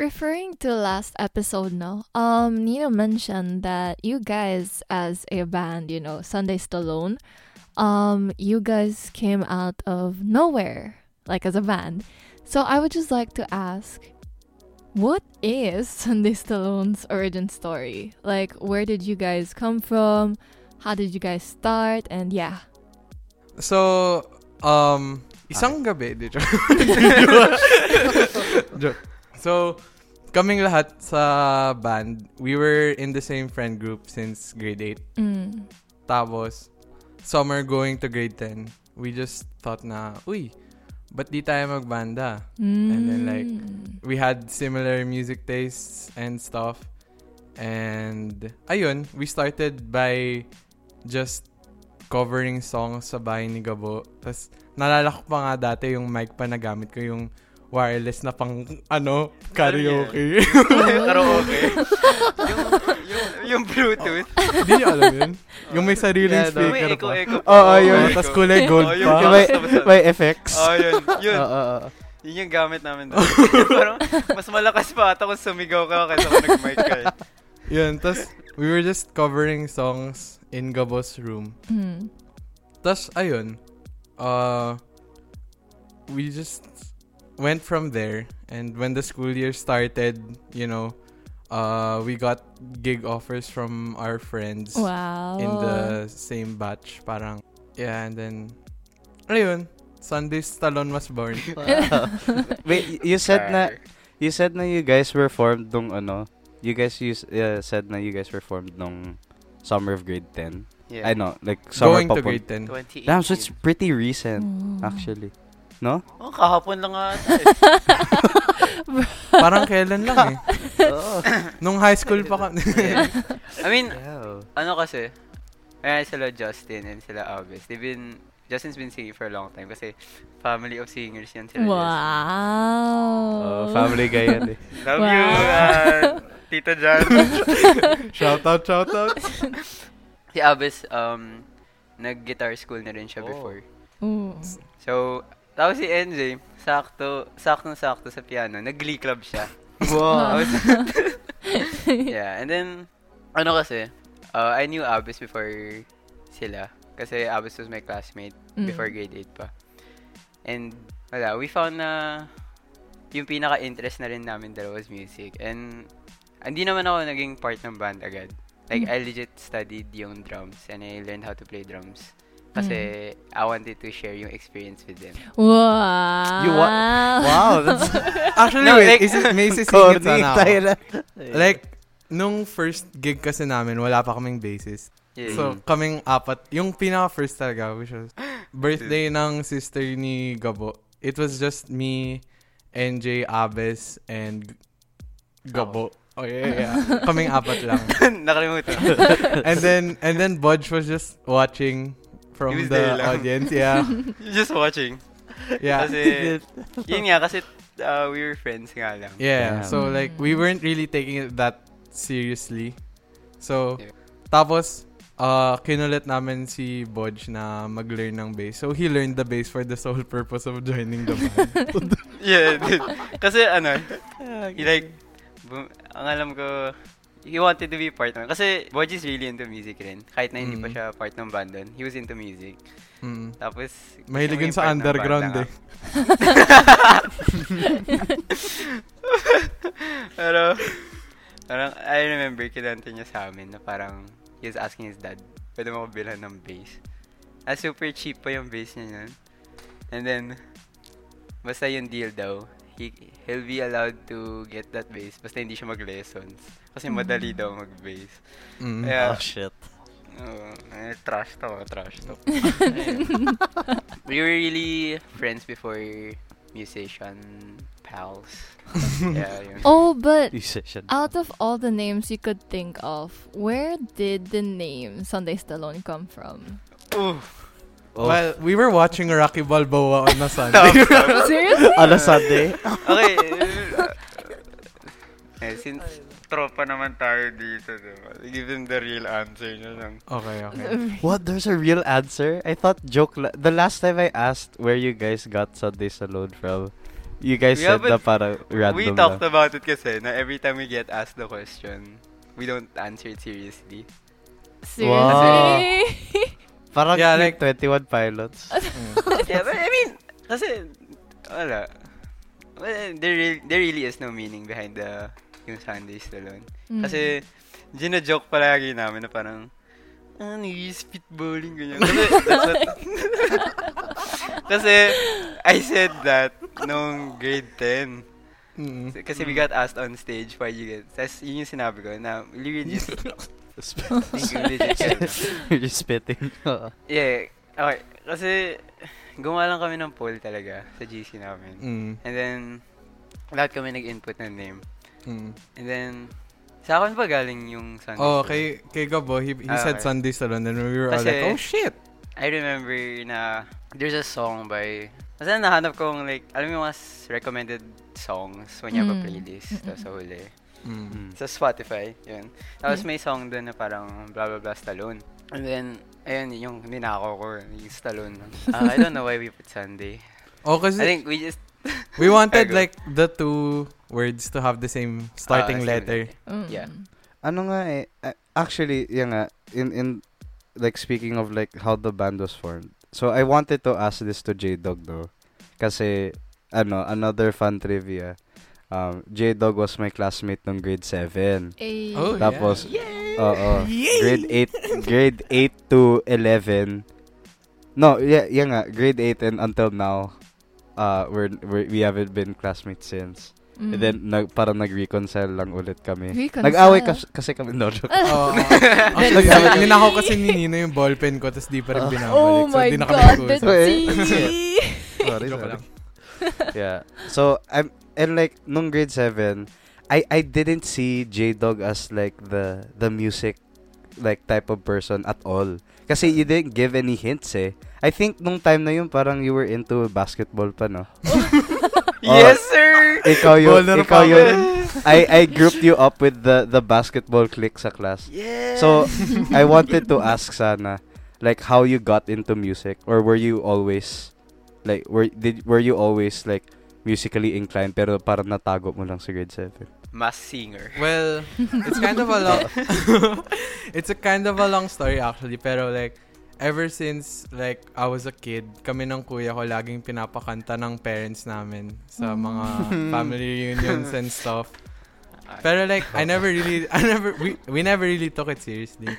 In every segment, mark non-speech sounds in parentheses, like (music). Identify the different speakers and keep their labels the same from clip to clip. Speaker 1: Referring to last episode, no, um, Nina mentioned that you guys, as a band, you know, Sunday Stallone, um, you guys came out of nowhere, like as a band. So I would just like to ask, what is (laughs) Sunday Stallone's origin story? Like, where did you guys come from? How did you guys start? And yeah,
Speaker 2: So, um, isang gabi, di joke. Joke. So, kaming lahat sa band, we were in the same friend group since grade 8.
Speaker 1: mm,
Speaker 2: Tapos, summer going to grade 10, we just thought na, uy, ba't di tayo magbanda? And then, like,
Speaker 1: mm.
Speaker 2: We had similar music tastes and stuff. And, ayun, we started by just covering songs sa bahay ni Gabo. Tapos, naalala ko pa nga dati yung mic pa na gamit ko, yung wireless na pang, ano, karaoke.
Speaker 3: (laughs)
Speaker 4: (laughs)
Speaker 3: Karaoke. yung, yung, yung Bluetooth.
Speaker 2: (laughs) Hindi niyo alam yun? Yung may sariling
Speaker 4: Yeah, no.
Speaker 3: May
Speaker 2: speaker
Speaker 3: echo,
Speaker 2: pa.
Speaker 3: echo.
Speaker 4: Oo,
Speaker 3: pa.
Speaker 4: yun.
Speaker 3: Echo.
Speaker 2: Tapos kulay gold
Speaker 3: Oh, yun
Speaker 2: pa.
Speaker 4: Yung
Speaker 3: yung-
Speaker 4: may, may effects.
Speaker 3: Oh, yun. Yun.
Speaker 4: Oo, oo, oo.
Speaker 3: Yun yung gamit namin doon. (laughs) Parang mas malakas pa ata kung sumigaw ka kaysa kung nag-mic ka. eh.
Speaker 2: Yun, tapos, we were just covering songs in Gabo's room.
Speaker 1: Mm.
Speaker 2: Tapos, ayun, uh, we just went from there. And when the school year started, you know, uh, we got gig offers from our friends
Speaker 1: wow,
Speaker 2: in the same batch. Parang, yeah, and then, ayun, Sunday's Stallone was born.
Speaker 4: Wow. (laughs) Wait, y- you said na you said na you guys were formed nung ano? You guys use, uh, said na you guys were formed nung summer of grade 10.
Speaker 3: Yeah.
Speaker 4: I know, like summer
Speaker 2: Going to
Speaker 4: papun-
Speaker 2: grade 10.
Speaker 3: 2018.
Speaker 4: Damn, so it's pretty recent
Speaker 1: Mm. (laughs)
Speaker 4: actually. No?
Speaker 3: Oh, kahapon lang nga. ata eh.
Speaker 2: Parang kailan lang eh.
Speaker 4: Oo.
Speaker 2: Nung high school pa kami.
Speaker 3: Yeah. eh. I mean,
Speaker 4: Wow.
Speaker 3: ano kasi, ayan sila Justin and sila August. They've been, Justin's been singing for a long time kasi family of singers yan sila.
Speaker 1: Wow.
Speaker 4: Oh, family guy yan
Speaker 1: (laughs)
Speaker 4: eh.
Speaker 3: Justin. Love
Speaker 1: Wow.
Speaker 3: you, uh, Tito John.
Speaker 2: shout out, shout
Speaker 1: (laughs)
Speaker 2: out.
Speaker 3: si August, um, nag-guitar school na rin siya
Speaker 4: Oh.
Speaker 3: before.
Speaker 1: Ooh.
Speaker 3: So, tapos si NJ, sakto, saktong sakto sa piano, nag-glee club siya.
Speaker 4: Wow.
Speaker 3: Tapos, (laughs) yeah, and then, ano kasi, uh, I knew Abis before sila. Kasi Abis was my classmate
Speaker 1: Mm.
Speaker 3: before grade 8 pa. And, wala, we found na yung pinaka-interest na rin namin dalawa was music. And, hindi naman ako naging part ng band agad. Like, I legit studied yung drums and I learned how to play drums. Kasi, I wanted to share yung experience with them.
Speaker 1: Wow.
Speaker 4: You wa-
Speaker 1: (laughs)
Speaker 4: Wow, that's
Speaker 2: Actually,
Speaker 3: No,
Speaker 2: wait,
Speaker 3: like-
Speaker 2: is it, may
Speaker 3: (laughs)
Speaker 2: sisingit
Speaker 4: corny
Speaker 2: sana
Speaker 4: tayo
Speaker 2: ako.
Speaker 4: na. Oh,
Speaker 2: Eh, Like, nung first gig kasi namin, wala pa kaming basis.
Speaker 3: Yeah.
Speaker 2: So, kaming apat. Yung pinaka-first talaga, which was birthday ng sister ni Gabo. It was just me, NJ, Abes, and Gabo. Oh, yeah, yeah, yeah. (laughs) kaming apat lang.
Speaker 3: (laughs) Nakalimutan.
Speaker 2: And then, and then Budge was just watching from
Speaker 3: He was there
Speaker 2: the
Speaker 3: lang.
Speaker 2: audience. Yeah,
Speaker 3: Just watching.
Speaker 2: yeah. (laughs)
Speaker 3: Kasi, yun nga, kasi uh, we were friends nga lang.
Speaker 2: Yeah,
Speaker 4: Yeah.
Speaker 2: so like we weren't really taking it that seriously. So
Speaker 3: Yeah.
Speaker 2: tapos uh kinulit namin si Bodge na mag-learn ng bass. So he learned the bass for the sole purpose of joining the
Speaker 3: (laughs)
Speaker 2: band.
Speaker 3: Yeah, (laughs) dude. Kasi ano, he like, bum- ang alam ko, he wanted to be part ng, kasi Bodge is really into music rin. Kahit na hindi pa
Speaker 2: Mm.
Speaker 3: siya part ng band doon, he was into music.
Speaker 2: mm.
Speaker 3: Tapos,
Speaker 2: Mahilig
Speaker 3: gusto
Speaker 2: yun
Speaker 3: niya
Speaker 2: sa
Speaker 3: maging part ng
Speaker 2: underground
Speaker 3: banda
Speaker 2: eh.
Speaker 3: nga. (laughs) Pero, parang, I remember, kinanta niya sa amin na parang, he was asking his dad, pwede mo ko bilhan ng bass. Ah, super cheap pa yung bass niya nun. And then, basta yung deal daw, he, he'll be allowed to get that bass basta hindi siya mag-lessons. Kasi madali daw mag-bass.
Speaker 2: Mm.
Speaker 3: Yeah.
Speaker 4: Oh shit.
Speaker 3: Oo, eh, trash to, trash
Speaker 4: (laughs)
Speaker 3: to. we were really friends before musician pals.
Speaker 4: (laughs)
Speaker 3: yeah, yun.
Speaker 1: Oh, but
Speaker 4: Musician.
Speaker 1: out of all the names you could think of, where did the name Sunday Stallone come from?
Speaker 4: (laughs) Oh. (laughs)
Speaker 2: Well, we were watching Rocky Balboa on a
Speaker 3: (laughs)
Speaker 2: Sunday.
Speaker 1: Seriously? (laughs)
Speaker 4: on a Sunday. (laughs)
Speaker 3: Okay. eh, eh, since tropa naman tayo dito, diba? Give them the real answer na lang.
Speaker 2: okay,
Speaker 3: (laughs)
Speaker 2: okay.
Speaker 4: What? There's a real answer? I thought joke. La- the last time I asked where you guys got Sunday Salon from, You guys
Speaker 3: Yeah,
Speaker 4: said
Speaker 3: but
Speaker 4: na para random
Speaker 3: we
Speaker 4: lang.
Speaker 3: talked about it kasi na every time we get asked the question, we don't answer it seriously.
Speaker 1: Seriously?
Speaker 4: Parang
Speaker 2: Yeah,
Speaker 4: like
Speaker 2: like-
Speaker 4: 21
Speaker 2: (laughs)
Speaker 4: pilots. (laughs)
Speaker 2: Mm.
Speaker 3: yeah, but I mean, kasi, wala. Well, there, re- there really is no meaning behind the yung Sundays alone.
Speaker 1: Mm.
Speaker 3: Kasi, gina-joke palagi namin na parang, ano yung spitballing, ganyan. (laughs) Kasi, that's what, kasi, I said that nung grade 10.
Speaker 2: Mm.
Speaker 3: Kasi we got asked on stage why you get, tas yun yung sinabi ko, na religious, (laughs) think you legit care.
Speaker 4: You're spitting.
Speaker 3: (laughs) yeah, okay, kasi, gumawa lang kami ng poll talaga sa GC namin.
Speaker 2: Mm.
Speaker 3: And then, lahat kami nag-input ng name.
Speaker 2: Mm.
Speaker 3: And then, sa akin pa galing yung Sunday
Speaker 2: Oh,
Speaker 3: school.
Speaker 2: kay, kay Gabo, he, he
Speaker 3: Ah,
Speaker 2: said
Speaker 3: okay.
Speaker 2: Sunday Salon and we were all
Speaker 3: Kasi-
Speaker 2: like, oh shit!
Speaker 3: I remember na there's a song by... Basta nahanap kong like, alam mo yung mga s- recommended songs when you have a
Speaker 1: Mm.
Speaker 3: playlist.
Speaker 1: Mm-mm.
Speaker 3: Tapos sa huli.
Speaker 2: Mm.
Speaker 3: Sa Spotify, yun. Tapos
Speaker 1: Yeah.
Speaker 3: may song dun na parang blah blah blah Stallone. And then, ayun, yung ninako ko, yung Stallone. Ah, I don't know why we put Sunday.
Speaker 2: Oh, kasi
Speaker 3: I think we just...
Speaker 2: we wanted
Speaker 3: Ergo.
Speaker 2: like the two words to have the same starting
Speaker 3: Ah, same
Speaker 2: letter.
Speaker 1: Mm.
Speaker 3: Yeah.
Speaker 4: ano nga eh, a- actually, yun nga, in, in, like, speaking of, like, how the band was formed. So, I wanted to ask this to J-Dog, though. Kasi, ano, another fun trivia. Um, J-Dog was my classmate nung grade 7.
Speaker 1: Eh,
Speaker 2: Oh, yeah.
Speaker 4: Tapos, oo, uh, grade
Speaker 1: (laughs)
Speaker 4: 8, grade 8 to 11. No, yeah, yeah nga, grade 8 and until now, uh, we're, we're, we haven't been classmates since.
Speaker 1: mm.
Speaker 4: And then, nag, parang nag-reconcile lang ulit kami.
Speaker 1: Reconcile.
Speaker 4: Nag-away
Speaker 1: (laughs)
Speaker 4: kas- kasi kami. No, joke. (laughs)
Speaker 2: Oh, actually,
Speaker 4: Then- Ah.
Speaker 2: sabi- ninakaw
Speaker 4: (laughs)
Speaker 2: kasi ni Nino yung ballpen ko, tapos di pa rin binabalik.
Speaker 1: Oh
Speaker 2: so,
Speaker 1: my
Speaker 2: di na kami
Speaker 1: god,
Speaker 2: nag-uusap.
Speaker 4: that's-
Speaker 1: Betsy!
Speaker 4: (laughs) Sorry,
Speaker 2: Joke
Speaker 4: sorry.
Speaker 2: lang.
Speaker 4: yeah. (laughs) So I'm and like nung grade 7, I I didn't see J-Dog as like the the music like type of person at all. Kasi you didn't give any hints eh. I think nung time na yun parang you were into basketball pa no. (laughs) Oh,
Speaker 3: Yes, sir!
Speaker 2: Oh.
Speaker 4: Ikaw yun,
Speaker 2: Baller pa
Speaker 4: ikaw yun. I I grouped you up with the the basketball clique sa class.
Speaker 3: Yes!
Speaker 4: So I wanted to ask sana like how you got into music or were you always like were did were you always like musically inclined pero parang natago mo lang sa grade 7.
Speaker 3: Mass singer.
Speaker 2: Well, it's kind of a long (laughs) It's a kind of a long story actually, pero like ever since like I was a kid, kami ng kuya ko laging pinapakanta ng parents namin sa
Speaker 1: Hmm. (laughs)
Speaker 2: mga family reunions and stuff. Pero uh, like (laughs) I never really I never we we never really took it seriously.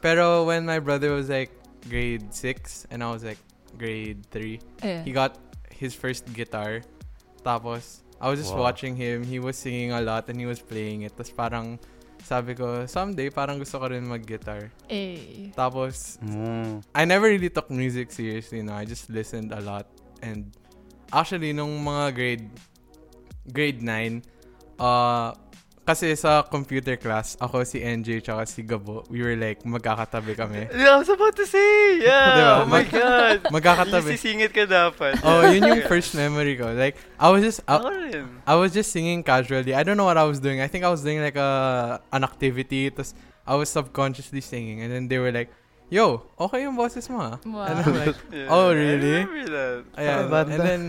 Speaker 2: Pero when my brother was like grade 6 and I was like grade 3,
Speaker 1: Yeah.
Speaker 2: he got his first guitar. Tapos, I was just
Speaker 4: Wow.
Speaker 2: watching him. He was singing a lot and he was playing it. Tapos parang, sabi ko, someday parang gusto ko rin mag-guitar.
Speaker 1: Eh.
Speaker 2: Tapos,
Speaker 4: Mm.
Speaker 2: I never really took music seriously, no. I just listened a lot. And actually, nung mga grade grade 9, uh, kasi sa computer class, ako si NJ tsaka si Gabo, we were like, magkakatabi
Speaker 3: (laughs)
Speaker 2: kami.
Speaker 3: Yeah, I was about to
Speaker 2: (laughs)
Speaker 3: say!
Speaker 2: Diba?
Speaker 3: Yeah! Oh my
Speaker 2: Mag-
Speaker 3: God!
Speaker 2: Magkakatabi.
Speaker 3: Sisingit ka dapat.
Speaker 2: oh, yun yung first memory ko. Like, I was just, I-
Speaker 3: Ako rin.
Speaker 2: I was just singing casually. I don't know what I was doing. I think I was doing like a an activity. Tapos I was subconsciously singing, and then they were like, "Yo, okay yung boses mo." ah."
Speaker 1: Wow.
Speaker 2: And I'm
Speaker 3: (laughs)
Speaker 2: like,
Speaker 3: Yeah,
Speaker 2: Oh, really?
Speaker 3: I remember that.
Speaker 2: Ayan.
Speaker 4: Banda.
Speaker 2: And then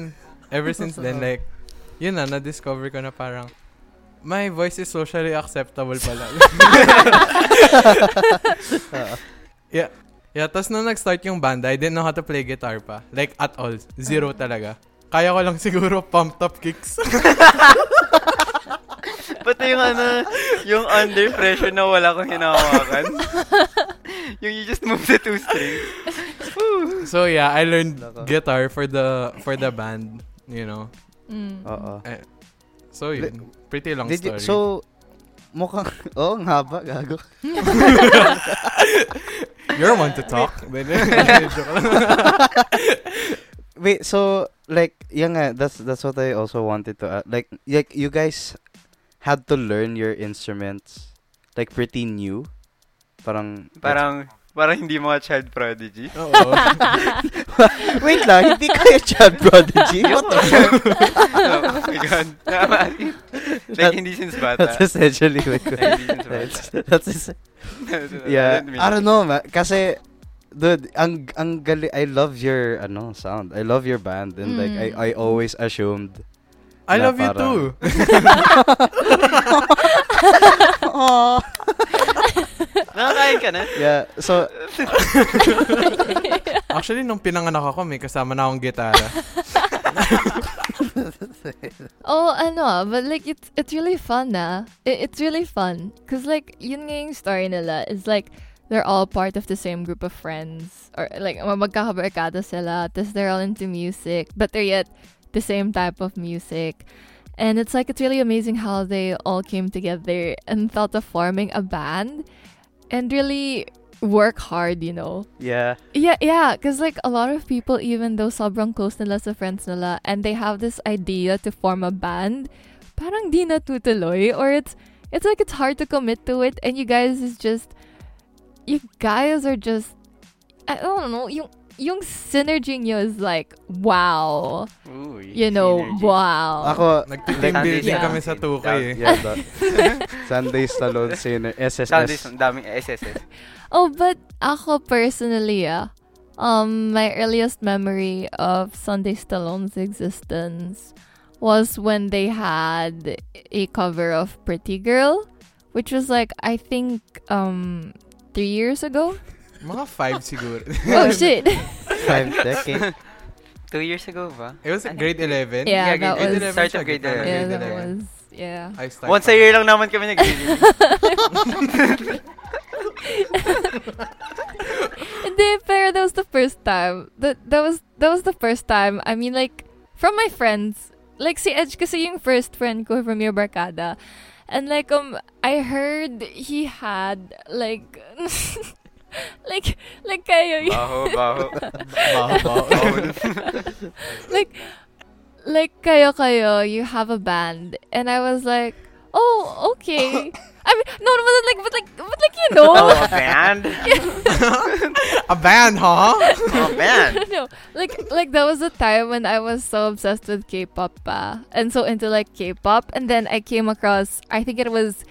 Speaker 2: ever since then, like, yun na na-discover ko na parang my voice is socially acceptable pala. (laughs) yeah. Yeah, tapos nung nag-start yung banda, I didn't know how to play guitar pa. Like, at all. Zero talaga. Kaya ko lang siguro pumped up kicks.
Speaker 3: Pati yung ano, yung under pressure na wala kang hinahawakan. yung you just move the two strings.
Speaker 2: So yeah, I learned
Speaker 4: Loko.
Speaker 2: guitar for the for the band, you know.
Speaker 1: Mm. (laughs)
Speaker 4: Oo.
Speaker 2: So yun, pretty Mm-hmm. long
Speaker 4: Did you,
Speaker 2: story.
Speaker 4: so mukhang (laughs) oh, ang haba gago.
Speaker 2: (laughs) you're one to talk.
Speaker 4: (laughs) Wait, so like yung nga, that's that's what I also wanted to ask. Like like you guys had to learn your instruments like pretty new. Parang
Speaker 3: Parang, parang hindi mga child prodigy.
Speaker 2: Oo.
Speaker 4: wait lang, hindi kayo child
Speaker 1: (laughs)
Speaker 4: prodigy. What the fuck?
Speaker 3: (laughs) oh my God. Tama. like, hindi since bata.
Speaker 4: (laughs) That's
Speaker 2: (laughs)
Speaker 4: essentially what
Speaker 3: Like, hindi since bata. (laughs)
Speaker 4: that's, (laughs) that's es- Yeah.
Speaker 3: Don't mean
Speaker 4: I
Speaker 3: it.
Speaker 4: don't know, man. Kasi, dude, ang, ang gali, I love your, ano, sound. I love your band. And, like,
Speaker 1: Mm.
Speaker 4: I, I always assumed
Speaker 2: I
Speaker 4: na
Speaker 2: love you
Speaker 4: parang-
Speaker 2: too.
Speaker 3: Nakakain ka na?
Speaker 4: Yeah, so
Speaker 2: Actually, nung pinanganak ako, may kasama na akong gitara.
Speaker 1: Oh, ano, ah, but like it's it's really fun na. It, it's really fun cuz like yun nga yung story nila is like they're all part of the same group of friends or like mga magkakabarkada sila, tas they're all into music, but they're yet the same type of music. And it's like it's really amazing how they all came together and thought of forming a band and really work hard, you know.
Speaker 4: yeah,
Speaker 1: Yeah, yeah, because like a lot of people, even though sobrang close nila sa friends nila, and they have this idea to form a band, parang di natutuloy, or it's it's like it's hard to commit to it, and you guys is just, you guys are just, I don't know, yung yung synergy nyo is like wow,
Speaker 3: Uy,
Speaker 1: you know,
Speaker 3: synergy.
Speaker 1: (laughs) wow.
Speaker 4: ako
Speaker 2: Nagtitim
Speaker 4: Like,
Speaker 2: building
Speaker 1: yeah.
Speaker 2: kami sa 2K eh.
Speaker 4: (laughs) yeah, that,
Speaker 1: (laughs)
Speaker 4: Sunday Stallone Sinner SSS.
Speaker 3: Sundays, ang daming SSS.
Speaker 1: Oh, but ako personally, ah, um, my earliest memory of Sunday Stallone's existence was when they had a cover of Pretty Girl, which was like I think um three years ago.
Speaker 2: eh. Mga five siguro.
Speaker 1: oh shit!
Speaker 4: Five (laughs) decade.
Speaker 3: Two years ago ba?
Speaker 2: (laughs) It was
Speaker 3: Ano?
Speaker 2: grade 11.
Speaker 1: Yeah,
Speaker 3: grade
Speaker 1: that
Speaker 3: 11
Speaker 1: was-
Speaker 3: Start
Speaker 2: siya,
Speaker 3: of grade
Speaker 2: gitna ng
Speaker 1: (laughs) yeah,
Speaker 2: grade
Speaker 1: that
Speaker 2: 11.
Speaker 1: was yeah.
Speaker 2: I started.
Speaker 3: Once a year lang naman kami nag
Speaker 1: (laughs) Hindi, pero that was the first time. That that was that was the first time. I mean, like from my friends, like si Edge kasi yung first friend ko from your barkada. And like um I heard he had like (laughs) like like kayo y-
Speaker 3: Baho, baho.
Speaker 1: (laughs) like like kayo kayo you have a band and I was like oh
Speaker 3: (laughs)
Speaker 1: okay I mean no no but like but like but like you know
Speaker 3: Oh, a
Speaker 1: (laughs)
Speaker 3: band?
Speaker 2: (laughs) A band, huh?
Speaker 3: Oh, band.
Speaker 1: (laughs) no, like like that was a time when I was so obsessed with K-pop pa, and so into like K-pop, and then I came across I think it was,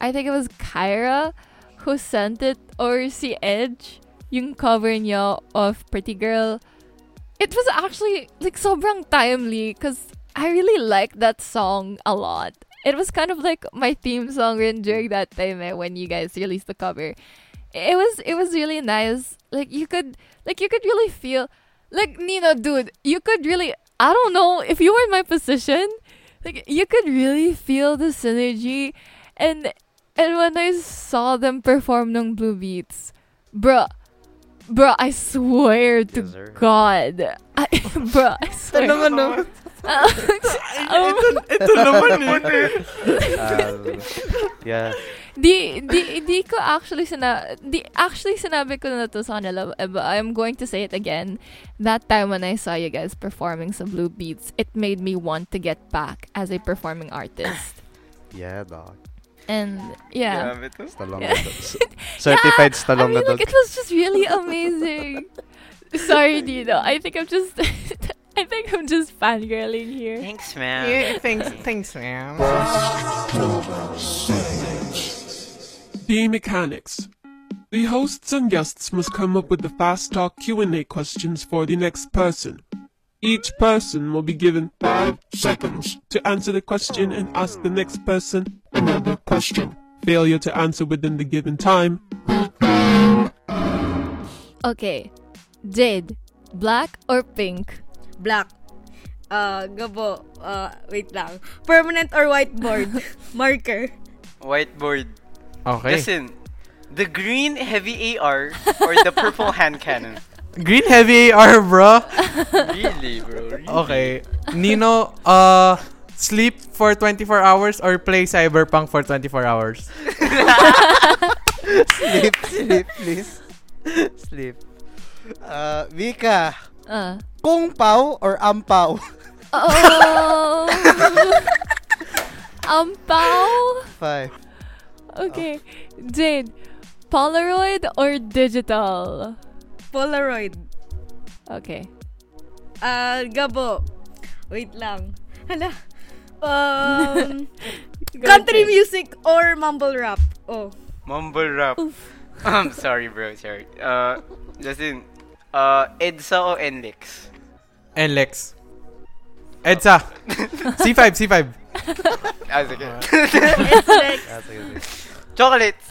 Speaker 1: I think it was Kyra, who sent it or si Edge yung cover niya of Pretty Girl. It was actually like sobrang timely because I really liked that song a lot. It was kind of like my theme song rin during that time eh, when you guys released the cover. It was it was really nice. Like you could like you could really feel like Nino dude, you could really I don't know if you were in my position, like you could really feel the synergy and and when I saw them perform nung Blue Beats, bruh bruh, I swear to
Speaker 4: Yes, sir.
Speaker 1: God. I, (laughs) bruh, I swear.
Speaker 2: Ano nga naman?
Speaker 1: (laughs) Um,
Speaker 2: Ito naman eh.
Speaker 4: Um, yeah.
Speaker 1: di, di, di ko actually sina di actually sinabi ko na to sa kanila eh, but I'm going to say it again that time when I saw you guys performing sa Blue Beats it made me want to get back as a performing artist
Speaker 4: Yeah, dog.
Speaker 1: and yeah,
Speaker 3: Grabe to.
Speaker 4: Stallone
Speaker 1: Yeah.
Speaker 4: na dog. Certified
Speaker 1: I
Speaker 4: Stallone
Speaker 1: mean,
Speaker 4: na dog.
Speaker 1: like, it was just really
Speaker 4: (laughs)
Speaker 1: amazing sorry Dino I think I'm just (laughs) I think I'm just fangirling here
Speaker 3: (laughs) Thanks, man.
Speaker 2: Thanks, thanks, ma'am.
Speaker 5: The mechanics. The hosts and guests must come up with the fast talk Q&A questions for the next person. Each person will be given 5 seconds to answer the question and ask the next person another question. Failure to answer within the given time
Speaker 1: okay Jade black or pink
Speaker 6: Black. Uh, gabo. Uh, wait lang. Permanent or whiteboard? Marker.
Speaker 3: Whiteboard.
Speaker 2: Okay.
Speaker 3: Listen, the green heavy AR or the purple hand cannon?
Speaker 2: Green heavy AR, bro.
Speaker 3: Really, bro? Really?
Speaker 2: Okay. Nino, uh, sleep for 24 hours or play Cyberpunk for 24 hours?
Speaker 4: sleep, sleep, please. sleep. Uh, Vika,
Speaker 1: uh
Speaker 4: kung pao or ampaw?
Speaker 1: Oh. Ampaw.
Speaker 4: (laughs) Five.
Speaker 1: Okay. Jade, Polaroid or digital?
Speaker 6: Polaroid.
Speaker 1: Okay.
Speaker 6: Uh, gabo. Wait lang. Hala. Um, country music or mumble rap? Oh.
Speaker 3: (laughs) Mumble rap. I'm sorry, bro. Sorry. Uh, listen, uh, EDSA or NLEX?
Speaker 2: NLEX. EDSA. C5, C5.
Speaker 7: Ah, sige.
Speaker 6: Uh-huh. It's like,
Speaker 3: (laughs) Ah, sige, sige.
Speaker 7: Chocolates!